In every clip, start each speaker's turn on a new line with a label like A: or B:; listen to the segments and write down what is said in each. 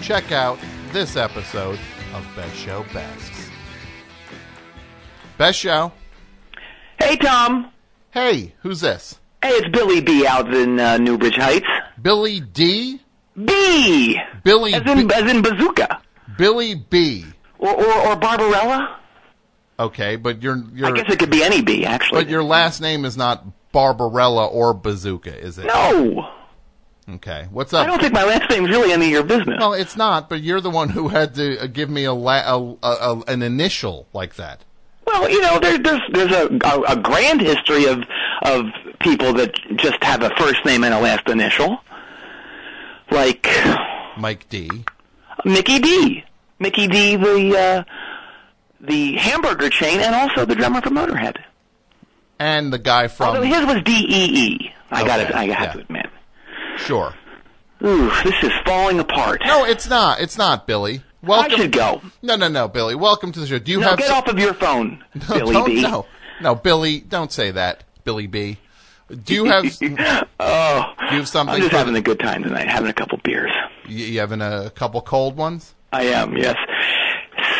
A: check out this episode of Best Show Bests. Best show.
B: Hey, Tom.
A: Hey, who's this?
B: Hey, it's Billy B out in uh, Newbridge Heights.
A: Billy D?
B: B,
A: Billy
B: as
A: B-
B: in as in bazooka,
A: Billy B.
B: or or, or Barbarella.
A: Okay, but your
B: I
A: your
B: guess it could be any B actually.
A: but your last name is not Barbarella or Bazooka, is it?
B: no,
A: Okay. What's
B: I don't
A: up?
B: think my last name's really any of your business.
A: Well, it's not, but you're the one who had to uh, give me a, la- a, a, a an initial like that.
B: Well, you know, there, there's there's a, a a grand history of of people that just have a first name and a last initial, like
A: Mike D.
B: Mickey D. Mickey D. The uh, the hamburger chain, and also the drummer from Motorhead.
A: And the guy
B: Although
A: from
B: his was D E E. I got
A: Um, Okay,
B: to I have
A: yeah.
B: to admit.
A: Sure.
B: Ooh, this is falling apart.
A: No, it's not. It's not Billy.
B: I
A: Welcome.
B: should go.
A: No, no, no, Billy. Welcome to the show. Do you
B: No,
A: have
B: get
A: so-
B: off of your phone, Billy
A: don't,
B: B.
A: No, no, Billy, don't say that, Billy B. Do you have you
B: Oh,
A: have something?
B: I'm just
A: for-
B: having a good time tonight, having a couple beers.
A: you, you having a couple cold ones?
B: I am, yes.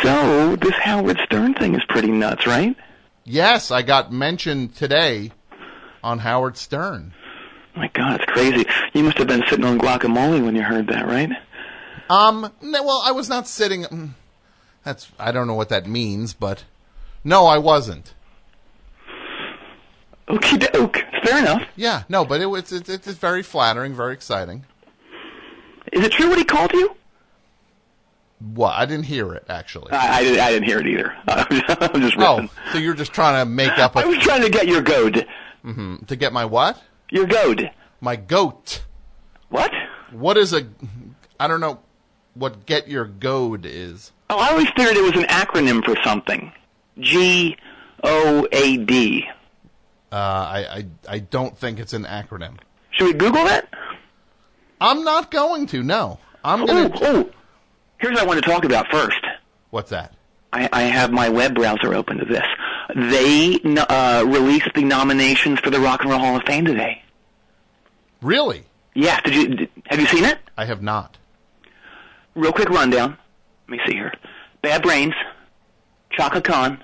B: So this Howard Stern thing is pretty nuts, right?
A: Yes, I got mentioned today on Howard Stern.
B: My God, it's crazy. You must have been sitting on guacamole when you heard that, right?
A: Um, no, well, I was not sitting. mm, That's I don't know what that means, but no, I wasn't.
B: Okie doke. Fair enough.
A: Yeah, no, but it was it, it's very flattering, very exciting.
B: Is it true what he called you?
A: What I didn't hear it actually.
B: I, I, didn't, I didn't hear it either. I'm just
A: Oh,
B: riffing.
A: so you're just trying to make up
B: I
A: a,
B: was trying to get your goad.
A: to get my what?
B: Your goad.
A: My goat.
B: What?
A: What is a? I don't know what get your goad is.
B: Oh, I always figured it was an acronym for something. G O A D.
A: Uh, I, I I don't think it's an acronym.
B: Should we Google that?
A: I'm not going to. No, I'm
B: Oh,
A: gonna.
B: oh. Here's what I want to talk about first.
A: What's that?
B: I, I have my web browser open to this. They no- uh, released the nominations for the Rock and Roll Hall of Fame today.
A: Really?
B: Yeah, did you did, have you seen it?
A: I have not.
B: Real quick rundown. Let me see here. Bad Brains, Chaka Khan,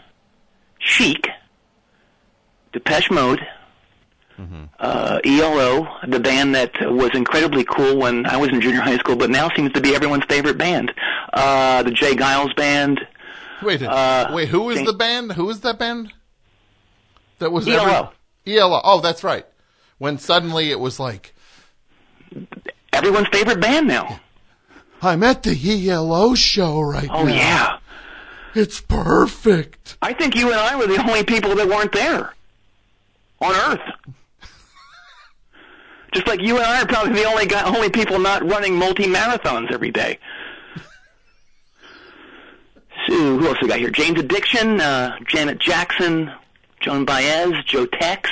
B: Chic, Depeche Mode, uh, ELO, the band that was incredibly cool when I was in junior high school, but now seems to be everyone's favorite band. Uh, the Jay Giles Band,
A: Wait,
B: Uh,
A: wait. Who is
B: Jane-
A: the band? Who is that band? That was
B: ELO.
A: Every, ELO. Oh, that's right. When suddenly it was like,
B: everyone's favorite band now.
A: I'm at the ELO show right
B: Oh
A: now.
B: yeah.
A: It's perfect.
B: I think you and I were the only people that weren't there on Earth. Just like you and I are probably the only guy, only people not running multi marathons every day. So who else we got here? James Addiction, uh, Janet Jackson, Joan Baez, Joe Tex,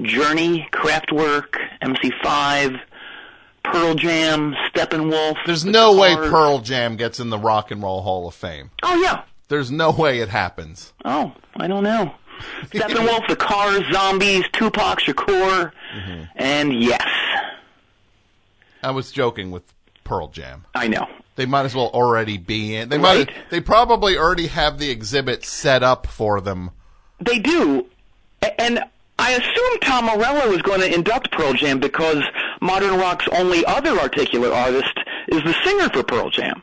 B: Journey, Kraftwerk, MC5, Pearl Jam, Steppenwolf.
A: There's
B: The
A: no way
B: Cars.
A: Pearl Jam gets in the Rock and Roll Hall of Fame.
B: Oh yeah.
A: There's no way it happens.
B: Oh, I don't know. Steppenwolf, the Cars, Zombies, Tupac Shakur, and yes,
A: I was joking with Pearl Jam.
B: I know.
A: They might as well already be in. They might.
B: Right.
A: They probably already have the exhibit set up for them.
B: They do, A- and I assume Tom Morello is going to induct Pearl Jam because modern rock's only other articulate artist is the singer for Pearl Jam.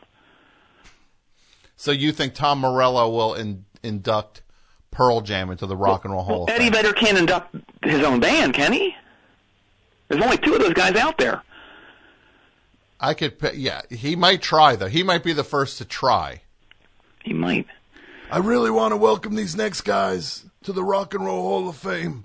A: So you think Tom Morello will in, induct Pearl Jam into the Rock and Roll Hall
B: Well,
A: of
B: Eddie
A: Fame?
B: Vedder can't induct his own band, can he? There's only two of those guys out there.
A: I could, pi- yeah, he might try though. He might be the first to try.
B: He might.
A: I really want to welcome these next guys to the Rock and Roll Hall of Fame.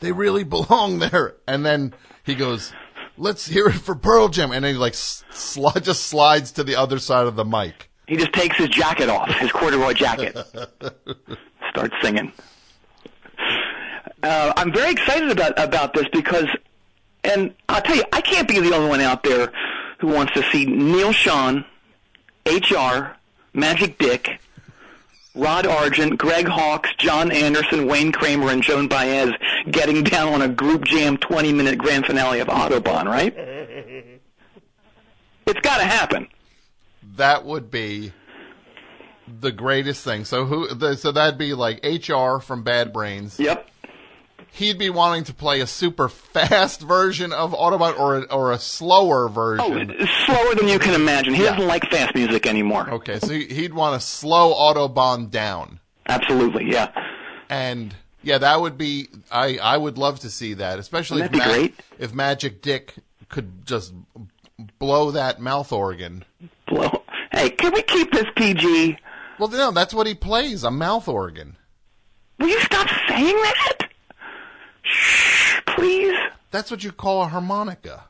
A: They really belong there. And then he goes, "Let's hear it for Pearl Jam," and then he like sli- just slides to the other side of the mic.
B: He just takes his jacket off, his corduroy jacket, starts singing. Uh, I'm very excited about about this because, and I'll tell you, I can't be the only one out there who wants to see Neil Sean, HR, Magic Dick, Rod Argent, Greg Hawkes, John Anderson, Wayne Kramer, and Joan Baez getting down on a group jam 20 minute grand finale of Autobahn, right? It's got to happen.
A: That would be the greatest thing. So who? The, so that'd be like HR from Bad Brains.
B: Yep.
A: He'd be wanting to play a super fast version of Autobot or a, or a slower
B: Oh,
A: version.
B: slower than you can imagine. He
A: Yeah.
B: doesn't like fast music anymore.
A: Okay, so he- he'd want to slow Autobahn down.
B: Absolutely, yeah.
A: And yeah, that would be I I would love to see that, especially
B: Wouldn't that
A: if,
B: be
A: Mag-
B: great?
A: if Magic Dick could just blow that mouth organ.
B: Blow. Hey, can we keep this PG?
A: Well, no, that's what he plays, a mouth organ.
B: Will you stop saying that? Shh, please.
A: That's what you call a harmonica.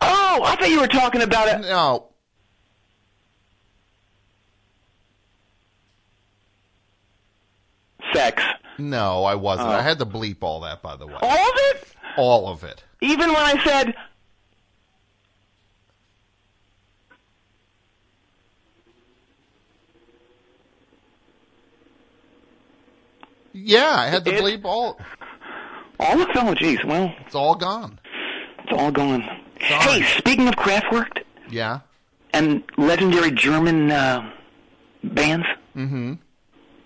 B: Oh, I thought you were talking about it.
A: No.
B: Sex.
A: No, I
B: Uh.
A: wasn't. I had to bleep all that by the way.
B: All of it?
A: All of it.
B: Even when I said.
A: Yeah, I had to
B: It-
A: bleep all
B: All of oh, geez, well,
A: it's all gone.
B: it's all gone. Hey, speaking of Kraftwerk
A: Yeah.
B: and legendary German uh, bands, mm-hmm.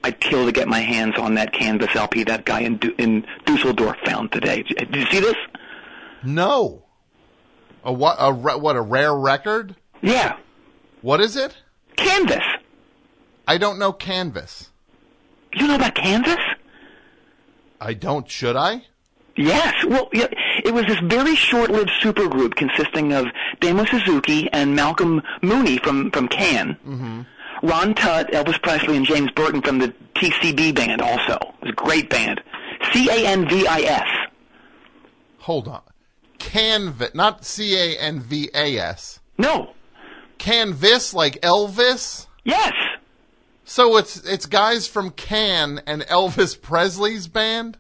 B: I'd kill to get my hands on that Canvas LP that guy in, du- in Dusseldorf found today. Did you see this?
A: No. A what a ra- what a rare record?
B: Yeah,
A: What is it?
B: Canvas.
A: I don't know Canvas.
B: You know about Canvas?
A: I don't, should I?
B: Yes. Well, yeah, it was this very short-lived supergroup consisting of Damo Suzuki and Malcolm Mooney from from Can, Ron Tutt, Elvis Presley, and James Burton from the TCB band. Also, it was a great band. C A N V I S.
A: Hold on. Canvas, not C A N V A S.
B: No.
A: Canvas, like Elvis.
B: Yes.
A: So it's it's guys from Can and Elvis Presley's band.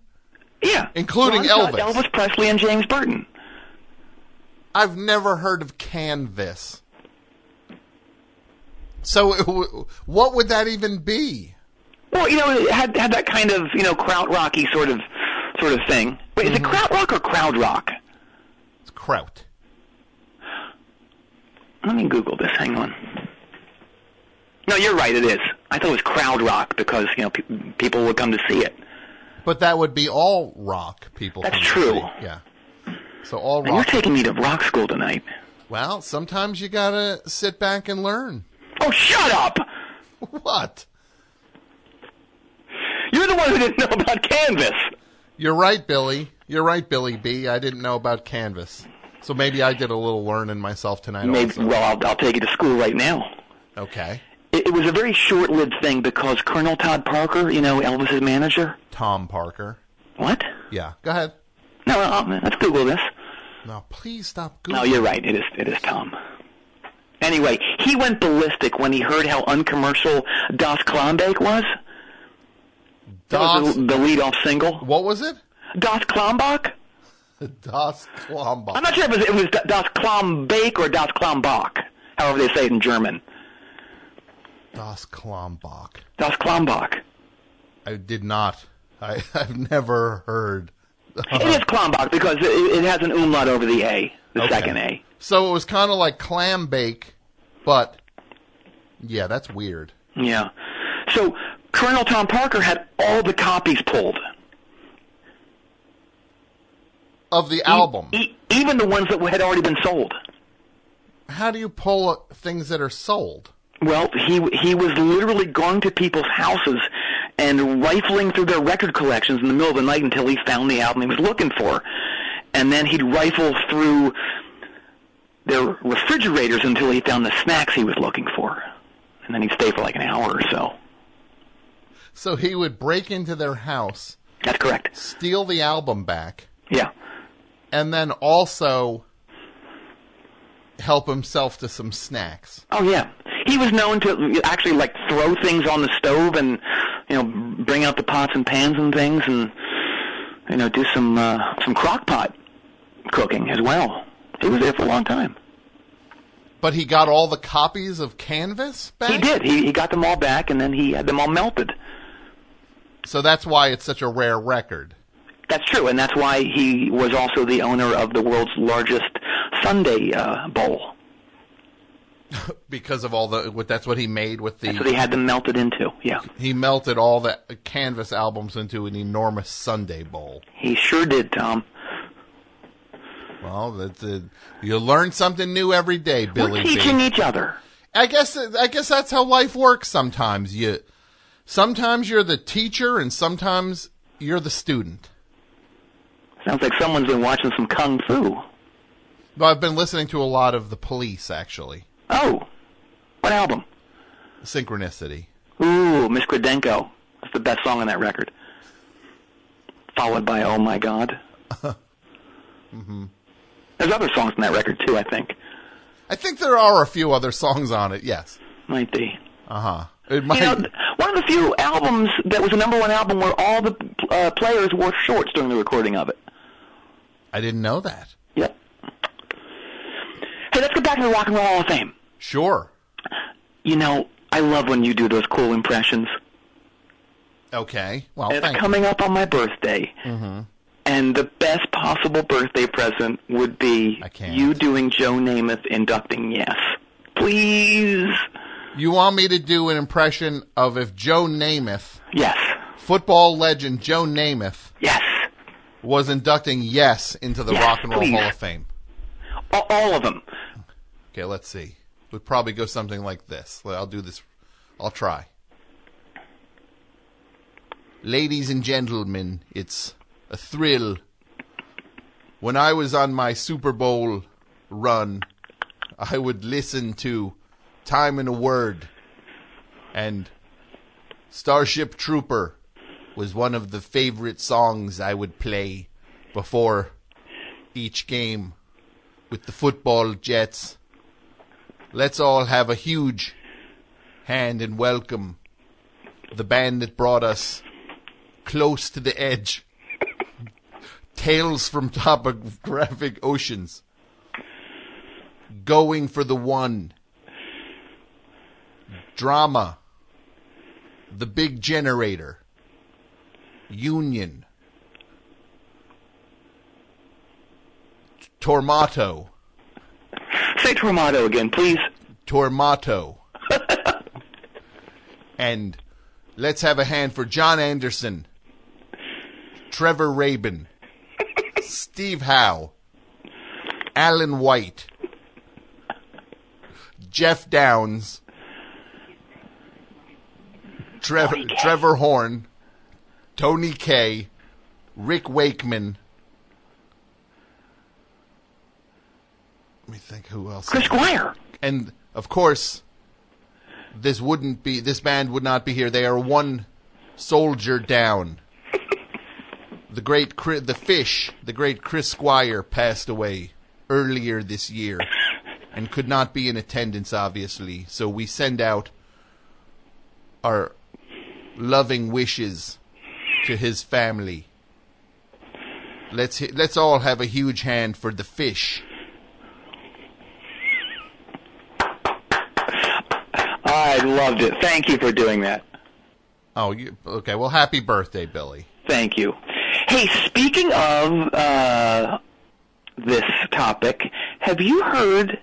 B: Yeah.
A: Including
B: Ron Tutt,
A: Elvis.
B: Elvis Presley and James Burton.
A: I've never heard of Canvas. So it w- what would that even be?
B: Well, you know, it had had that kind of you know krautrocky sort of sort of thing. Wait, is it
A: Mm-hmm.
B: krautrock or crowd rock?
A: It's Kraut.
B: Let me Google this. Hang on. No, you're right. It is. I thought it was crowd rock because you know pe- people would come to see it.
A: But that would be all rock people.
B: That's
A: come to
B: true.
A: see. Yeah. So all
B: And you're
A: rock.
B: taking me to rock school tonight.
A: well, sometimes you gotta sit back and learn.
B: Oh, shut up!
A: What?
B: You're the one who didn't know about Canvas.
A: You're right, Billy. You're right, Billy B. I didn't know about Canvas. So maybe I did a little learning myself tonight
B: Maybe.
A: also.
B: Well, I'll, I'll take you to school right now.
A: Okay.
B: It, it was a very short-lived thing because Colonel Todd Parker, you know Elvis's manager.
A: Tom Parker.
B: What?
A: Yeah. Go ahead.
B: No, I'll, let's Google this.
A: No, please stop
B: No,
A: Googling.
B: you're right. It is it is Tom. Anyway, he went ballistic when he heard how uncommercial Das Klondike was. That was
A: Das,
B: the, the lead-off single.
A: what was it?
B: Das Klombach?
A: Das
B: I'm
A: Klombach.
B: not sure if it was, it was Das Klombach or Das Klombach, however they say it in German.
A: Das Klombach.
B: Das Klombach.
A: I did not. I, I've never heard.
B: It is Klombach because it, it has an umlaut over the A, the
A: Uh-huh. Okay.
B: second A.
A: So it was kind of like clam bake, but yeah, that's weird.
B: Yeah. So Colonel Tom Parker had all the copies pulled.
A: Of the album,
B: E- even the ones that had already been sold.
A: how do you pull things that are sold?
B: Well, he he was literally going to people's houses and rifling through their record collections in the middle of the night until he found the album he was looking for, and then he'd rifle through their refrigerators until he found the snacks he was looking for, and then he'd stay for like an hour or so.
A: So he would break into their house,
B: That's correct.
A: steal the album back,
B: Yeah.
A: and then also help himself to some snacks.
B: Oh yeah. He was known to actually like throw things on the stove and you know bring out the pots and pans and things and you know do some uh, some crock pot cooking as well. He was there for a long time.
A: But he got all the copies of Canvas back?
B: He did. He he got them all back and then he had them all melted.
A: So that's why it's such a rare record.
B: That's true, and that's why he was also the owner of the world's largest Sunday uh, bowl.
A: Because of all the, what- that's what he made with
B: So
A: the,
B: they had them melted into. Yeah,
A: he melted all the Canvas albums into an enormous Sunday bowl.
B: he sure did, Tom.
A: Well, that's a, you learn something new every day, Billy.
B: We're
A: B.
B: teaching each other.
A: I guess I guess that's how life works sometimes. You sometimes you're the teacher and sometimes you're the student.
B: Sounds like someone's been watching some kung fu.
A: But I've been listening to a lot of the police actually.
B: Oh, what album?
A: Synchronicity.
B: Ooh, Miss Credenko. That's the best song on that record. Followed by Oh My God. mm-hmm. There's other songs on that record too. I think
A: I think there are a few other songs on it, yes.
B: might be.
A: Uh-huh. It
B: You know,
A: might
B: th- one of the few albums that was a number one album where all the uh, players wore shorts during the recording of it.
A: I didn't know that.
B: Yep. Hey, let's get back to the Rock and Roll Hall of Fame.
A: Sure.
B: You know, I love when you do those cool impressions.
A: Okay. Well,
B: It's
A: thank you.
B: coming up on my birthday. And the best possible birthday present would be
A: I can't.
B: you doing Joe Namath inducting Yes. Please.
A: You want me to do an impression of if Joe Namath,
B: Yes.
A: football legend Joe Namath,
B: Yes.
A: was inducting Yes into the
B: Yes,
A: Rock and Roll
B: please.
A: Hall of Fame?
B: A- All of them.
A: Okay, let's see. Would probably go something like this. Well, I'll do this. I'll try. Ladies and gentlemen, it's a thrill. When I was on my Super Bowl run, I would listen to Time in a Word, and Starship Trooper was one of the favorite songs I would play before each game with the football Jets. Let's all have a huge hand and welcome the band that brought us close to the edge. Tales from topographic oceans. Going for the one. Drama. The big generator. Union. Tormato.
B: Say Tormato again, please.
A: Tormato. and let's have a hand for John Anderson, Trevor Rabin, Steve Howe, Alan White, Jeff Downs, Trevor, Trevor Horn, Tony Kay, Rick Wakeman. Let me think who else
B: Chris Squire.
A: and of course, this wouldn't be this band would not be here. They are one soldier down. The great Chri- the fish, the great Chris Squire passed away earlier this year and could not be in attendance obviously. So we send out our loving wishes to his family. Let's he- let's all have a huge hand for the fish.
B: I loved it. Thank you for doing that.
A: Oh, you, okay. Well, happy birthday, Billy.
B: Thank you. Hey, speaking of uh, this topic, have you heard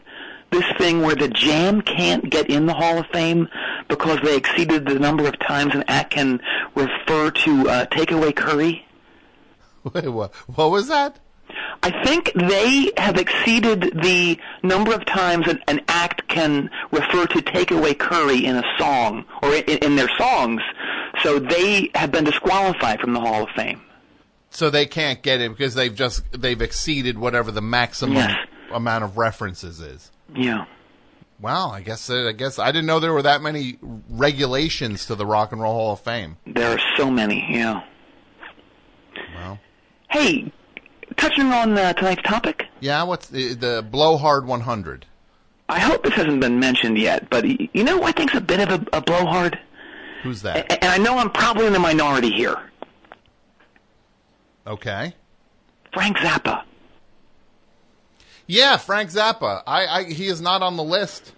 B: this thing where the Jam can't get in the Hall of Fame because they exceeded the number of times an act can refer to uh, takeaway curry?
A: Wait, what, what was that?
B: I think they have exceeded the number of times an, an act can refer to takeaway curry in a song or in, in their songs, so they have been disqualified from the Hall of Fame.
A: So they can't get it because they've just they've exceeded whatever the maximum
B: Yes.
A: amount of references is.
B: Yeah.
A: Wow, I guess I guess I didn't know there were that many regulations to the Rock and Roll Hall of Fame.
B: There are so many, yeah.
A: Wow.
B: Hey, touching on uh, tonight's topic,
A: Yeah, what's the, the Blowhard 100?
B: I hope this hasn't been mentioned yet, but y- you know who I think's a bit of a, a blowhard?
A: Who's
B: A-
A: that?
B: And I know I'm probably in the minority here.
A: Okay.
B: Frank Zappa.
A: Yeah, Frank Zappa. I, I he is not on the list.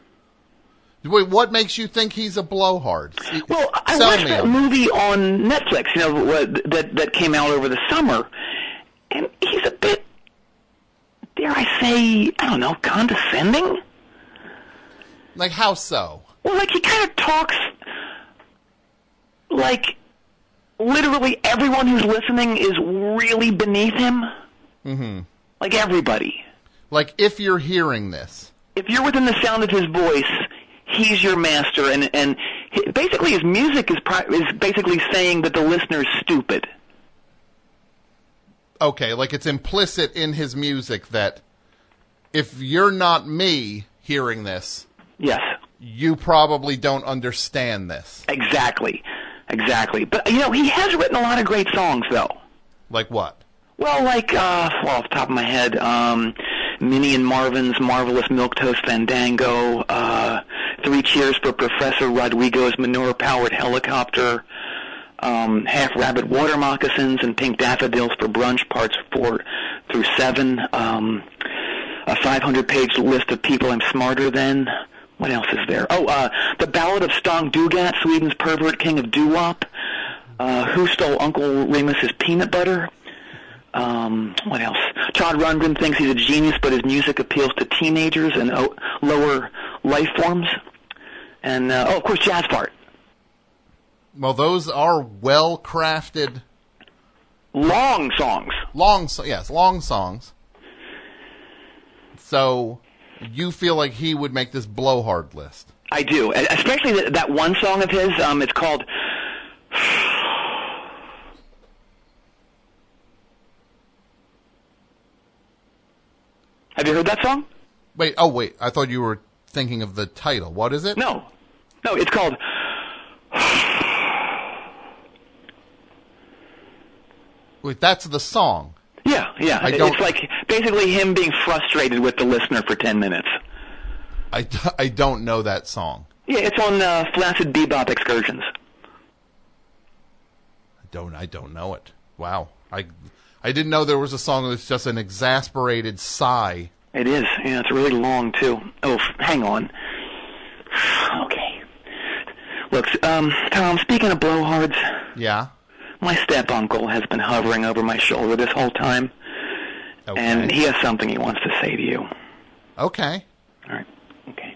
A: Wait, what makes you think he's a blowhard? S-
B: Well, I
A: sell
B: watched
A: me
B: that
A: on it.
B: movie on Netflix, you know, what- that that came out over the summer, and he's a bit, dare I say, I don't know, condescending.
A: Like how so?
B: Well, like he kind of talks like literally everyone who's listening is really beneath him. Mm-hmm. Like everybody.
A: Like if you're hearing this,
B: If you're within the sound of his voice, he's your master, and and he, basically his music is pri- is basically saying that the listener's stupid.
A: okay, like it's implicit in his music that if you're not me hearing this,
B: Yes,
A: you probably don't understand this.
B: exactly, exactly. But you know he has written a lot of great songs though.
A: Like what?
B: Well, like uh, well, off the top of my head, um, Minnie and Marvin's marvelous milk toast fandango, uh, three cheers for Professor Rodrigo's manure-powered helicopter, um, half rabbit water moccasins, and pink daffodils for brunch parts four through seven. Um, a 500-page list of people I'm smarter than. What else is there? Oh, uh, the Ballad of Stong Dugat, Sweden's pervert king of doo-wop. Uh, who stole Uncle Remus's peanut butter? Um, what else? Todd Rundgren thinks he's a genius, but his music appeals to teenagers and o- lower life forms. And uh, oh, of course, jazz part.
A: Well, those are well crafted
B: Long songs.
A: long so- yes long songs so you feel like he would make this blowhard list
B: I do, and especially that, that one song of his. Um, it's called. Have you heard that song?
A: wait oh wait i thought you were thinking of the title what is it
B: No, no, it's called.
A: wait that's the song
B: Yeah, yeah.
A: I don't-
B: It's like basically him being frustrated with the listener for ten minutes.
A: i, d- I don't know that song
B: Yeah, it's on uh, Flaccid Bebop Excursions.
A: i don't i don't know it wow i i didn't know there was a song that's just an exasperated sigh
B: It is. Yeah, it's really long too. Oh, f- hang on. Okay. Look, um, Tom. Speaking of blowhards,
A: yeah
B: my step uncle has been hovering over my shoulder this whole time,
A: okay
B: and he has something he wants to say to you. All
A: okay
B: right. Okay.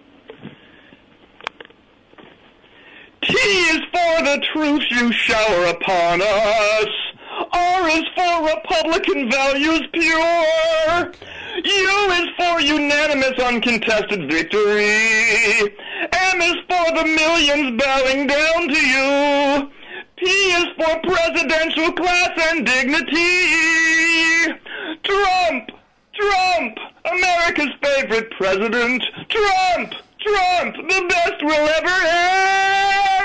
B: T is for the truth you shower upon us. R is for Republican values pure. U is for unanimous uncontested victory. M is for the millions bowing down to you. P is for presidential class and dignity. Trump! Trump! America's favorite president. Trump! Trump! The best we'll ever have!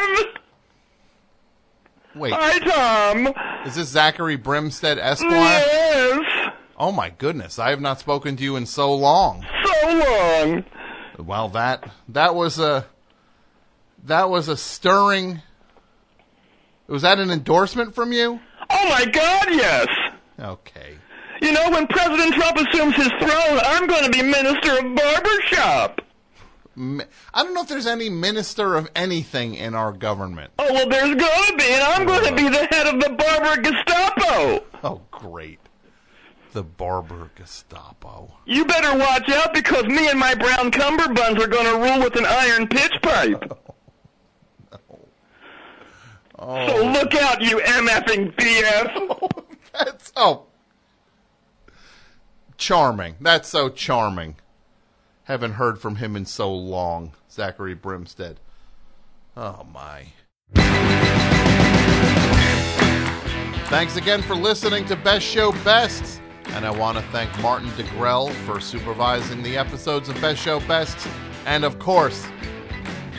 A: wait
B: Hi, Tom.
A: is this zachary brimstead esquire
B: Mm. Yes.
A: oh my goodness i have not spoken to you in so long
B: So long.
A: Well, that that was a that was a stirring. Was that an endorsement from you?
B: Oh my God, yes.
A: Okay.
B: You know, when President Trump assumes his throne, I'm going to be minister of barbershop.
A: M- I don't know if there's any minister of anything in our government.
B: Oh, well, there's going to be, and I'm going to be the head of the barber Gestapo.
A: Oh, great. The barber Gestapo.
B: You better watch out because me and my brown cummerbunds are going to rule with an iron pitch pipe. So look out, you MFing BF.
A: That's oh, charming. That's so charming. Haven't heard from him in so long, Zachary Brimstead. Oh, my. Thanks again for listening to Best Show Best. And I want to thank Martin DeGrell for supervising the episodes of Best Show Best. And of course,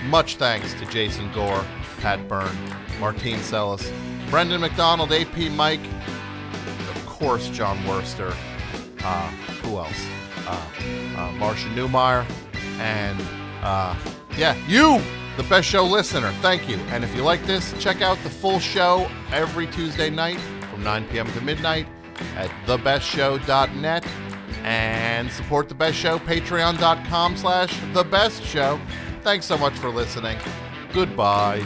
A: much thanks to Jason Gore, Pat Byrne, Martine Sellis, Brendan McDonald, AP Mike, of course, John Worster. Uh, who else? Uh, uh, Marcia Newmeyer. And uh, yeah, you, the best show listener. Thank you. And if you like this, check out the full show every Tuesday night from 9 p.m. to midnight at thebestshow.net and support the best show patreon.com slash the best show thanks so much for listening goodbye